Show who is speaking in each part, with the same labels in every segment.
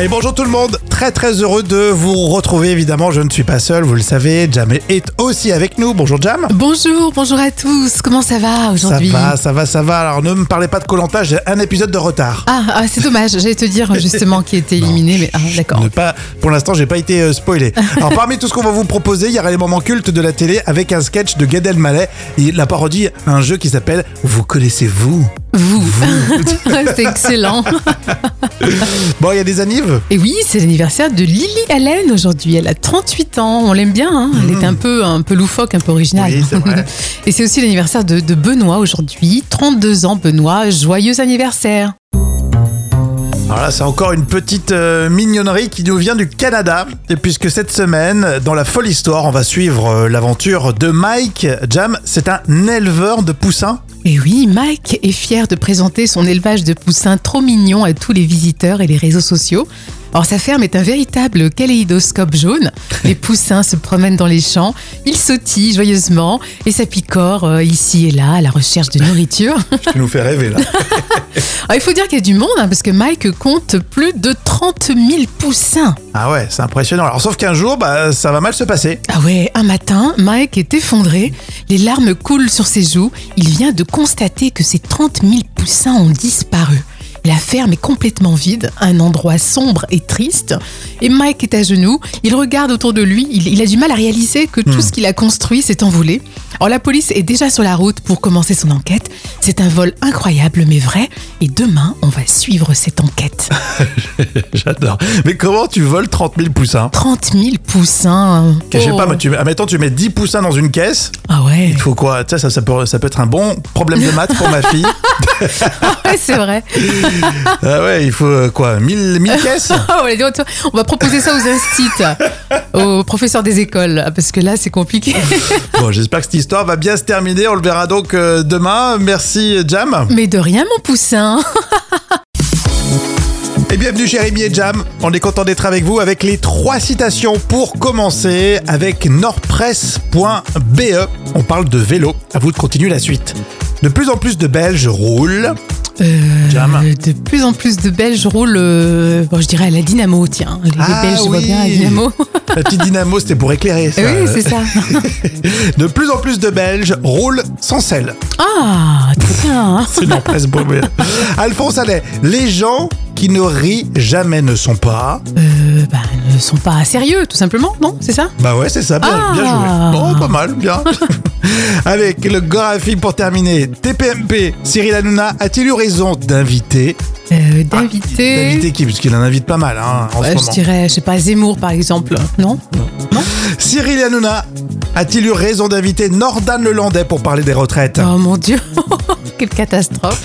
Speaker 1: Et bonjour tout le monde, très très heureux de vous retrouver évidemment, je ne suis pas seul, vous le savez, Jam est aussi avec nous, bonjour Jam
Speaker 2: Bonjour, bonjour à tous. Comment ça va
Speaker 1: Ça
Speaker 2: aujourd'hui
Speaker 1: va, ça va, ça va, alors ne me parlez pas de Colanta, j'ai un épisode de retard.
Speaker 2: Ah, ah, c'est dommage. J'allais te dire justement qui était éliminé, mais ah, d'accord.
Speaker 1: Ne pas, pour l'instant j'ai pas été euh, spoilé. Alors parmi tout ce qu'on va vous proposer, il y aura les moments cultes de la télé avec un sketch de Gad Elmaleh et la parodie à un jeu qui s'appelle Vous connaissez-vous
Speaker 2: Vous, c'est excellent.
Speaker 1: Bon, il y a des anives
Speaker 2: Et oui, c'est l'anniversaire de Lily Allen aujourd'hui. Elle a 38 ans. On l'aime bien. hein. Elle est un peu, un peu loufoque, un peu originale.
Speaker 1: Mm. Oui, c'est vrai.
Speaker 2: Et c'est aussi l'anniversaire de, de Benoît aujourd'hui. 32 ans, Benoît. Joyeux anniversaire.
Speaker 1: Alors là, c'est encore une petite euh, mignonnerie qui nous vient du Canada, et puisque cette semaine, dans la folle histoire, on va suivre euh, l'aventure de Mike. Jam, c'est un éleveur de poussins.
Speaker 2: Et oui, Mike est fier de présenter son élevage de poussins trop mignon à tous les visiteurs et les réseaux sociaux. Alors sa ferme est un véritable kaléidoscope jaune. Les poussins se promènent dans les champs, ils sautillent joyeusement et ça picore euh, ici et là à la recherche de nourriture.
Speaker 1: Tu nous fais rêver là.
Speaker 2: Alors, il faut dire qu'il y a du monde hein, parce que Mike compte plus de 30 000 poussins.
Speaker 1: Ah ouais, c'est impressionnant. Alors sauf qu'un jour, bah, ça va mal se passer.
Speaker 2: Ah ouais, un matin, Mike est effondré, les larmes coulent sur ses joues, il vient de constater que ses 30 000 poussins ont disparu. La ferme est complètement vide, un endroit sombre et triste, et Mike est à genoux, il regarde autour de lui, il, il a du mal à réaliser que tout ce qu'il a construit s'est envolé. Alors la police est déjà sur la route pour commencer son enquête, c'est un vol incroyable mais vrai, et demain on va suivre cette enquête.
Speaker 1: J'adore. Mais comment tu voles 30 000 poussins
Speaker 2: 30 000 poussins
Speaker 1: Je sais pas,
Speaker 2: Oh.
Speaker 1: mais tu, admettons, tu mets 10 poussins dans une caisse.
Speaker 2: Ah ouais
Speaker 1: Il faut quoi Tu sais, ça, ça, peut, ça peut être un bon problème de maths pour ma fille.
Speaker 2: Ouais, c'est vrai
Speaker 1: Ah ouais, il faut euh, quoi 1000 1000 caisses
Speaker 2: Ah, on, l'a dit, on va proposer ça aux instits, aux professeurs des écoles, ah, parce que là, c'est compliqué.
Speaker 1: Bon, j'espère que cette histoire va bien se terminer. On le verra donc euh, demain. Merci, Jam.
Speaker 2: Mais de rien, mon poussin.
Speaker 1: Et bienvenue, chez Rémi et Jam. On est content d'être avec vous avec les trois citations pour commencer avec nordpresse.be. On parle de vélo. À vous de continuer la suite. De plus en plus de Belges roulent.
Speaker 2: Euh,
Speaker 1: Jam.
Speaker 2: De plus en plus de Belges roulent, euh, bon, je dirais à la dynamo, tiens. Les, les
Speaker 1: Ah
Speaker 2: Belges voient
Speaker 1: oui.
Speaker 2: bien la dynamo.
Speaker 1: La petite dynamo, c'était pour éclairer. Ça.
Speaker 2: Ah oui, c'est ça.
Speaker 1: de plus en plus de Belges roulent sans selle.
Speaker 2: Ah, tiens.
Speaker 1: C'est nordpresse.be. Alphonse Allais. Les gens qui ne rient jamais ne sont pas.
Speaker 2: Euh, bah, ne sont pas sérieux, tout simplement, non C'est ça
Speaker 1: Bah ouais, c'est ça, bien,
Speaker 2: Ah.
Speaker 1: bien joué. Bon, pas mal, bien. Avec le graphique pour terminer, TPMP, Cyril Hanouna a-t-il eu raison d'inviter
Speaker 2: Euh,
Speaker 1: Ah,
Speaker 2: D'inviter.
Speaker 1: D'inviter qui Parce qu'il en invite pas mal hein, en
Speaker 2: Ouais,
Speaker 1: ce
Speaker 2: je
Speaker 1: moment.
Speaker 2: dirais, je sais pas, Zemmour, par exemple. Non
Speaker 1: Cyril Hanouna a-t-il eu raison d'inviter Nordan Lelandais pour parler des retraites
Speaker 2: Oh mon Dieu. Quelle catastrophe.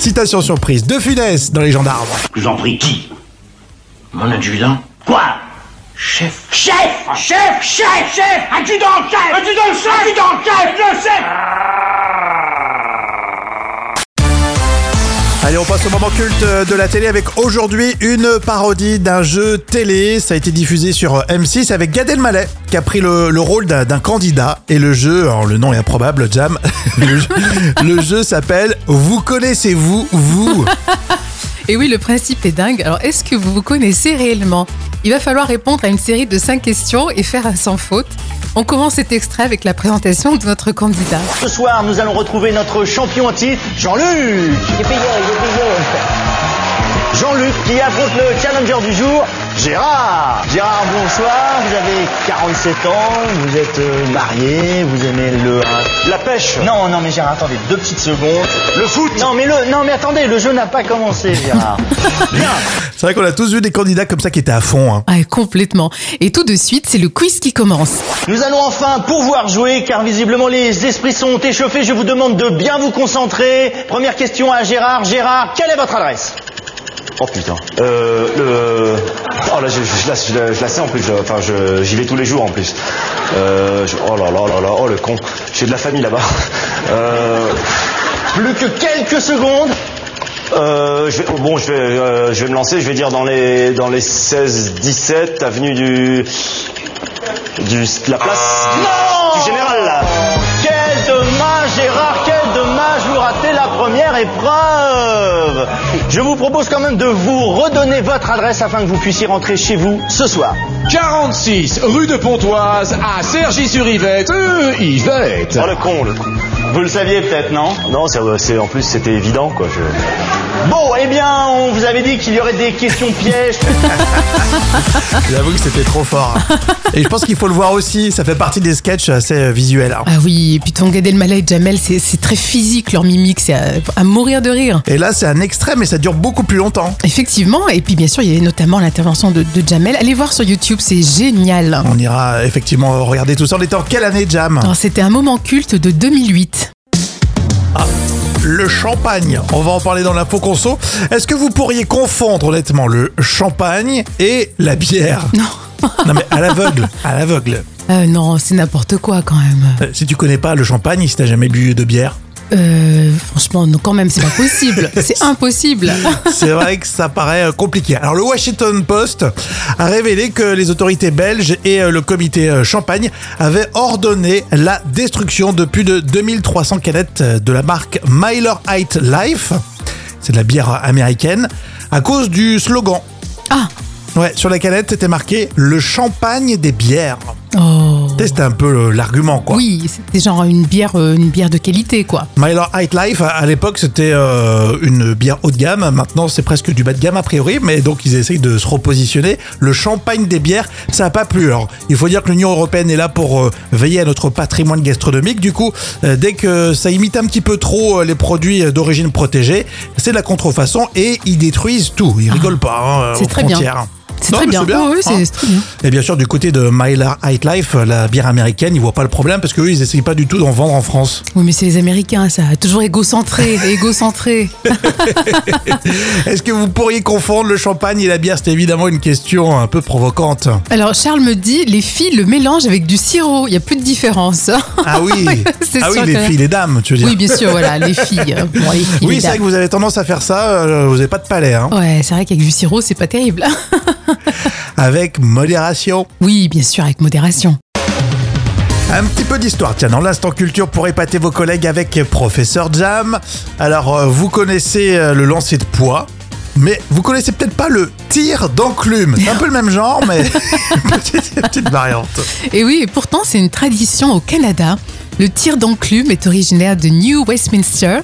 Speaker 1: Citation surprise de Funès dans Les Gendarmes.
Speaker 3: Je vous en prie, qui Mon adjudant. Quoi Chef. Chef Chef Chef Chef Adjudant chef Adjudant chef Adjudant chef Le chef
Speaker 1: Allez, on passe au moment culte euh, de la télé avec aujourd'hui une parodie d'un jeu télé. Ça a été diffusé sur M6 avec Gad Elmaleh qui a pris le, le rôle d'un d'un candidat et le jeu, alors le nom est improbable, Jam. Le, jeu- le jeu s'appelle Vous connaissez-vous vous.
Speaker 2: Et oui, le principe est dingue. Alors, est-ce que vous vous connaissez réellement Il va falloir répondre à une série de cinq questions et faire un sans faute. On commence cet extrait avec la présentation de notre candidat.
Speaker 4: Ce soir, nous allons retrouver notre champion en titre, Jean-Luc. Jean-Luc qui affronte le challenger du jour, Gérard. Gérard, bonsoir. Vous avez 47 ans, vous êtes euh, marié, vous aimez le la pêche. Non, non, mais Gérard, attendez deux petites secondes. Le foot. Non, mais le, non, mais attendez, le jeu n'a pas commencé, Gérard. Bien.
Speaker 1: C'est vrai qu'on a tous vu des candidats comme ça qui étaient à fond. hein.
Speaker 2: Ah, complètement. Et tout de suite, c'est le quiz qui commence.
Speaker 4: Nous allons enfin pouvoir jouer car visiblement les esprits sont échauffés. Je vous demande de bien vous concentrer. Première question à Gérard. Gérard, quelle est votre adresse
Speaker 5: Oh putain. Euh, le... Oh là, je, je- je la, je la- je la sais en plus. je- Enfin, je- j'y vais tous les jours en plus. Euh, je- Oh là là là là, oh le con. J'ai de la famille là-bas. Euh,
Speaker 4: Plus que quelques secondes.
Speaker 5: euh, je vais- bon, je vais, euh, je vais me lancer. Je vais dire dans les, dans les 16-17, avenue du, du, de la place
Speaker 4: Ah. Non
Speaker 5: du général là.
Speaker 4: Quel dommage, Gérard, quel dommage. Vous raté la première épreuve. Je vous propose quand même de vous redonner votre adresse afin que vous puissiez rentrer chez vous ce soir.
Speaker 6: 46 rue de Pontoise à Cergy-sur-Yvette. Euh, Yvette.
Speaker 4: Oh le con, le con. Vous le saviez peut-être, non
Speaker 5: Non, c'est- euh, c'est en plus c'était évident quoi. Je...
Speaker 4: Bon, eh bien, on vous avait dit qu'il y aurait des questions pièges.
Speaker 1: J'avoue que c'était trop fort. Et je pense qu'il faut le voir aussi, ça fait partie des sketchs assez euh, visuels. hein.
Speaker 2: Ah oui, et puis ton Gad Elmaleh et Jamel, c'est c'est très physique leur mimique, c'est à, à mourir de rire.
Speaker 1: Et là, c'est un extrait, mais ça dure beaucoup plus longtemps.
Speaker 2: Effectivement, et puis bien sûr, il y avait notamment l'intervention de, de Jamel. Allez voir sur YouTube, c'est génial.
Speaker 1: On ira effectivement regarder tout ça. On était en quelle année, Jam
Speaker 2: Alors, C'était un moment culte de 2008.
Speaker 1: Le champagne. On va en parler dans l'info conso. Est-ce que vous pourriez confondre, honnêtement, le champagne et la bière
Speaker 2: Non,
Speaker 1: Non, mais à l'aveugle. À l'aveugle.
Speaker 2: Euh, non, c'est n'importe quoi quand même.
Speaker 1: Euh, Si tu connais pas le champagne, si t'as jamais bu de bière,
Speaker 2: Euh, franchement, non, quand même, c'est pas possible. c'est impossible.
Speaker 1: C'est vrai que ça paraît euh, compliqué. Alors le Washington Post a révélé que les autorités belges et euh, le comité euh, Champagne avaient ordonné la destruction de plus de 2300 canettes euh, de la marque Myler Height Life, c'est de la bière américaine, à cause du slogan.
Speaker 2: Ah,
Speaker 1: Ouais, sur la canette c'était marqué le champagne des bières.
Speaker 2: oh.
Speaker 1: Tu sais, C'était un peu euh, l'argument quoi.
Speaker 2: Oui, c'était genre une bière, euh, une bière de qualité, quoi.
Speaker 1: Myler High Life, à l'époque, c'était euh, une bière haut de gamme. Maintenant, c'est presque du bas de gamme, a priori. Mais donc, ils essayent de se repositionner. Le champagne des bières, ça n'a pas plu. Alors, il faut dire que l'Union Européenne est là pour euh, veiller à notre patrimoine gastronomique. Du coup, euh, dès que ça imite un petit peu trop euh, les produits euh, d'origine protégée, c'est de la contrefaçon et ils détruisent tout. Ils rigolent pas. hein,
Speaker 2: c'est
Speaker 1: aux
Speaker 2: très bien.
Speaker 1: frontières.
Speaker 2: C'est
Speaker 1: Non,
Speaker 2: très
Speaker 1: mais
Speaker 2: bien. Oh, oui,
Speaker 1: hein.
Speaker 2: c'est c'est très bien.
Speaker 1: Et bien sûr, du côté de Myler High Life, la bière américaine, ils voient pas le problème parce qu'eux, ils essayent pas du tout d'en vendre en France.
Speaker 2: Oui, mais c'est les Américains, ça. Toujours égocentré, égocentré.
Speaker 1: Est-ce que vous pourriez confondre le champagne et la bière C'est évidemment une question un peu provocante.
Speaker 2: Alors, Charles me dit, les filles le mélangent avec du sirop. Il n'y a plus de différence.
Speaker 1: Ah oui,
Speaker 2: C'est
Speaker 1: ah oui
Speaker 2: sûr
Speaker 1: les
Speaker 2: que-
Speaker 1: filles, les dames, tu veux dire.
Speaker 2: oui, bien sûr, voilà, les filles. euh, Bon, les filles,
Speaker 1: Oui,
Speaker 2: les
Speaker 1: c'est vrai
Speaker 2: dames.
Speaker 1: que vous avez tendance à faire ça, euh, vous n'avez pas de palais, hein.
Speaker 2: Ouais, c'est vrai qu'avec du sirop, c'est pas terrible.
Speaker 1: Avec modération.
Speaker 2: Oui, bien sûr, avec modération.
Speaker 1: Un petit peu d'histoire, tiens, dans l'instant culture pour épater vos collègues avec Professeur Jam. Alors, euh, vous connaissez euh, le lancer de poids, mais vous connaissez peut-être pas le tir d'enclume. C'est un peu le même genre, mais petite, petite variante.
Speaker 2: Et oui, et pourtant, c'est une tradition au Canada. Le tir d'enclume est originaire de New Westminster.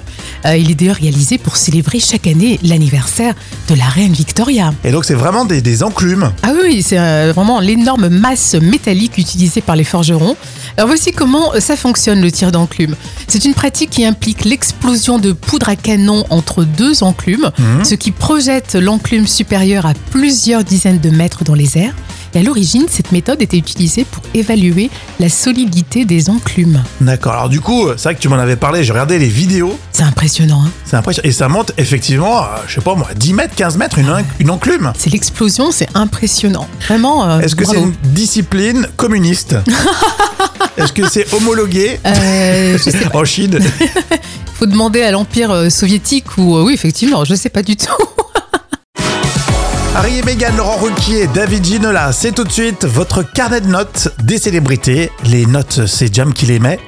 Speaker 2: Euh, il est d'ailleurs réalisé pour célébrer chaque année l'anniversaire de la reine Victoria.
Speaker 1: Et donc, c'est vraiment des, des enclumes.
Speaker 2: Ah oui, oui, c'est euh, vraiment l'énorme masse métallique utilisée par les forgerons. Alors voici comment euh, ça fonctionne le tir d'enclume. C'est une pratique qui implique l'explosion de poudre à canon entre deux enclumes,
Speaker 1: Mhm.
Speaker 2: ce qui projette l'enclume supérieure à plusieurs dizaines de mètres dans les airs. Et à l'origine, cette méthode était utilisée pour évaluer la solidité des enclumes.
Speaker 1: D'accord, alors du coup, euh, c'est vrai que tu m'en avais parlé, j'ai regardé les vidéos.
Speaker 2: C'est impressionnant, hein
Speaker 1: C'est impressionnant. Et ça monte effectivement, euh, je sais pas moi, 10 mètres, 15 mètres, une, en- une enclume.
Speaker 2: c'est l'explosion, c'est impressionnant. Vraiment. euh,
Speaker 1: Est-ce que c'est
Speaker 2: bravo.
Speaker 1: une discipline communiste Est-ce que c'est homologué
Speaker 2: Euh, je sais
Speaker 1: en Chine
Speaker 2: faut demander à l'Empire euh, soviétique ou euh, oui effectivement, je sais pas du tout.
Speaker 1: Harry et Meghan, Laurent Ruquier, David Ginola, c'est tout de suite votre carnet de notes des célébrités. Les notes, c'est Jam qui les met.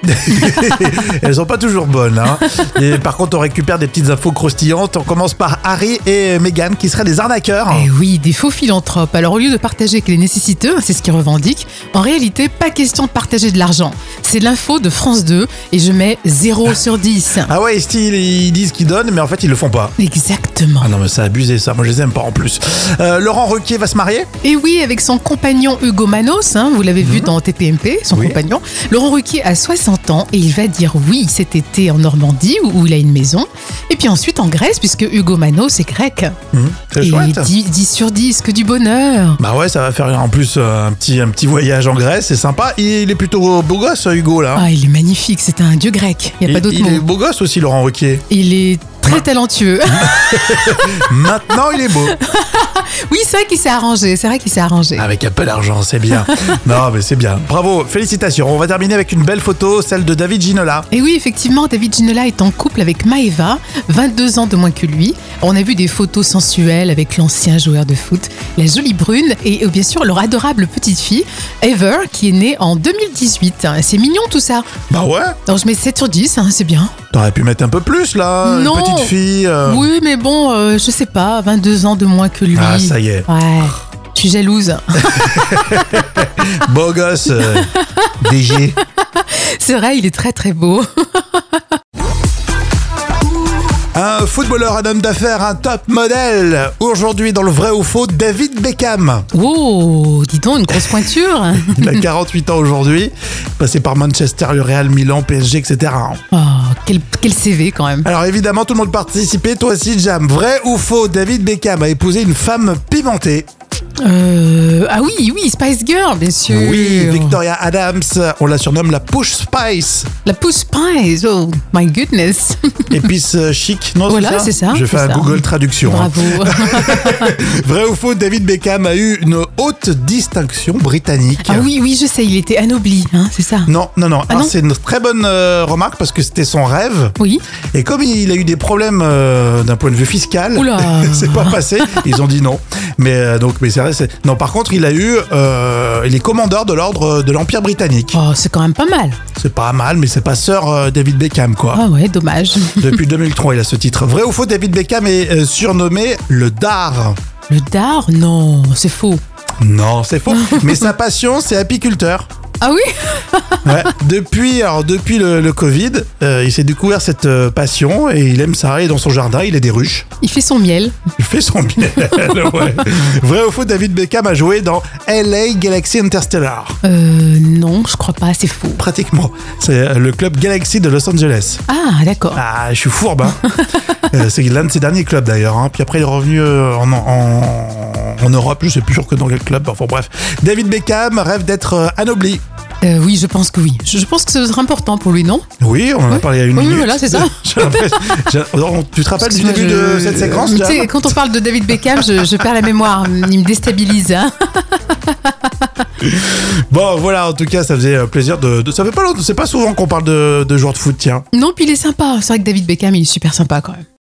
Speaker 1: Elles sont pas toujours bonnes. hein. Et par contre, on récupère des petites infos croustillantes. On commence par Harry et Meghan qui seraient des arnaqueurs.
Speaker 2: Eh oui, des faux philanthropes. Alors au lieu de partager avec les nécessiteux, c'est ce qu'ils revendiquent, en réalité pas question de partager de l'argent. C'est l'info de France 2 et je mets 0 sur 10.
Speaker 1: Ah ouais, style, ils disent qu'ils donnent, mais en fait, ils le font pas.
Speaker 2: Exactement.
Speaker 1: Ah non, mais c'est abusé ça, moi je les aime pas en plus. Euh, Laurent Requier va se marier
Speaker 2: Et oui, avec son compagnon Hugo Manos, hein, vous l'avez vu dans TPMP, son
Speaker 1: Mhm. Oui.
Speaker 2: compagnon, Laurent Ruquier a 60 ans et il va dire oui cet été en Normandie où, où il a une maison. Et puis ensuite en Grèce, puisque Hugo Manos est grec.
Speaker 1: Mmh. C'est
Speaker 2: et
Speaker 1: chouette.
Speaker 2: 10, 10 sur 10, que du bonheur.
Speaker 1: Bah ouais, ça va faire en plus euh, un petit, un petit voyage en Grèce, c'est sympa. Il, il est plutôt beau gosse, Hugo là.
Speaker 2: Ah, il est magnifique, c'est un dieu grec, il n'y a pas
Speaker 1: il,
Speaker 2: d'autre
Speaker 1: il
Speaker 2: mot.
Speaker 1: est beau gosse aussi, Laurent Requier.
Speaker 2: Il est très talentueux.
Speaker 1: Maintenant, il est beau.
Speaker 2: oui, c'est vrai qu'il s'est arrangé, c'est vrai qu'il s'est arrangé.
Speaker 1: Avec un peu d'argent, c'est bien. Non, mais c'est bien. Bravo, félicitations. On va terminer avec une belle photo, celle de David Ginola.
Speaker 2: Et oui, effectivement, David Ginola est en couple avec Maeva, 22 ans de moins que lui. On a vu des photos sensuelles avec l'ancien joueur de foot, la jolie brune et euh, bien sûr leur adorable petite fille, Ever, qui est née en 2018. C'est mignon tout ça.
Speaker 1: Bah ouais,
Speaker 2: Donc je mets 7 sur 10, hein, c'est bien.
Speaker 1: T'aurais pu mettre un peu plus là,
Speaker 2: Non.
Speaker 1: une petite fille. euh.
Speaker 2: Oui, mais bon, euh, je sais pas, 22 ans de moins que lui.
Speaker 1: Ah, ça y est.
Speaker 2: Ouais. Je suis jalouse.
Speaker 1: Beau gosse. euh, DG.
Speaker 2: C'est vrai, il est très très beau.
Speaker 1: Un footballeur, un homme d'affaires, un top modèle. Aujourd'hui, dans le vrai ou faux, David Beckham.
Speaker 2: Wow, Oh, dis donc, une grosse pointure.
Speaker 1: Il a 48 ans aujourd'hui. Passé par Manchester, le Real, Milan, PSG, etc.
Speaker 2: Oh, quel, quel CV quand même.
Speaker 1: Alors évidemment, tout le monde participait. Toi aussi, Jam. Vrai ou faux, David Beckham a épousé une femme pimentée.
Speaker 2: Euh, ah oui, oui, Spice Girl, bien sûr.
Speaker 1: Oui, Victoria Adams. On la surnomme la Push Spice.
Speaker 2: La pousse Spice, oh my goodness.
Speaker 1: Épice euh, chic, non
Speaker 2: Voilà, c'est ça,
Speaker 1: Je fais
Speaker 2: c'est
Speaker 1: un
Speaker 2: ça.
Speaker 1: Google traduction. hein.
Speaker 2: Bravo.
Speaker 1: Vrai ou faux, David Beckham a eu une haute distinction britannique.
Speaker 2: ah oui, oui, je sais, il était anobli, hein, c'est ça.
Speaker 1: Non, non, non.
Speaker 2: Ah
Speaker 1: Alors,
Speaker 2: non
Speaker 1: c'est une très bonne euh, remarque parce que c'était son rêve.
Speaker 2: Oui.
Speaker 1: Et comme il a eu des problèmes euh, d'un point de vue fiscal,
Speaker 2: Oula.
Speaker 1: c'est pas passé. Ils ont dit non. Mais euh, donc, mais c'est vrai. c'est- Non, par contre, il a eu euh, il est commandeur de l'ordre de l'Empire britannique.
Speaker 2: Oh, c'est quand même pas mal.
Speaker 1: C'est pas mal, mais c'est pas sœur euh, David Beckham quoi.
Speaker 2: Ah ouais, dommage.
Speaker 1: Depuis 2003, il a ce titre. Vrai ou faux, David Beckham est euh, surnommé le Dar.
Speaker 2: Le dard, non, c'est faux.
Speaker 1: Non, c'est faux. mais sa passion, c'est apiculteur.
Speaker 2: Ah oui
Speaker 1: Ouais. Depuis, alors, depuis le, le Covid, euh, il s'est découvert cette euh, passion et il aime ça. Et dans son jardin, il a des ruches.
Speaker 2: Il fait son miel.
Speaker 1: Il fait son miel. ouais. Vrai ou faux, David Beckham a joué dans LA Galaxy Interstellar.
Speaker 2: Euh, non, je crois pas, c'est faux.
Speaker 1: Pratiquement. C'est euh, le club Galaxy de Los Angeles.
Speaker 2: Ah, d'accord.
Speaker 1: Ah, je suis fourbe. hein. Euh, c'est l'un de ses derniers clubs d'ailleurs. hein. Puis après, il est revenu euh, en, en- en Europe. Je sais plus sûr que dans quel club. Enfin bref. David Beckham rêve d'être euh, anobli.
Speaker 2: Euh, oui, je pense que oui. Je, je pense que ce sera important pour lui, non
Speaker 1: Oui, on en a
Speaker 2: Oui.
Speaker 1: parlé il y a une
Speaker 2: Oui,
Speaker 1: minute.
Speaker 2: voilà, c'est ça.
Speaker 1: J'ai l'impression- j'ai- Oh, tu te rappelles du début
Speaker 2: Excuse-moi, je-
Speaker 1: de cette séquence
Speaker 2: Tu
Speaker 1: Jam
Speaker 2: sais, quand on parle de David Beckham, je, je perds la mémoire. Il me déstabilise. hein.
Speaker 1: Bon, voilà, en tout cas, ça faisait euh, plaisir de. de- Ça fait pas longtemps, c'est pas souvent qu'on parle de, de joueurs de foot, tiens.
Speaker 2: Non, puis il est sympa. C'est vrai que David Beckham, il est super sympa quand même.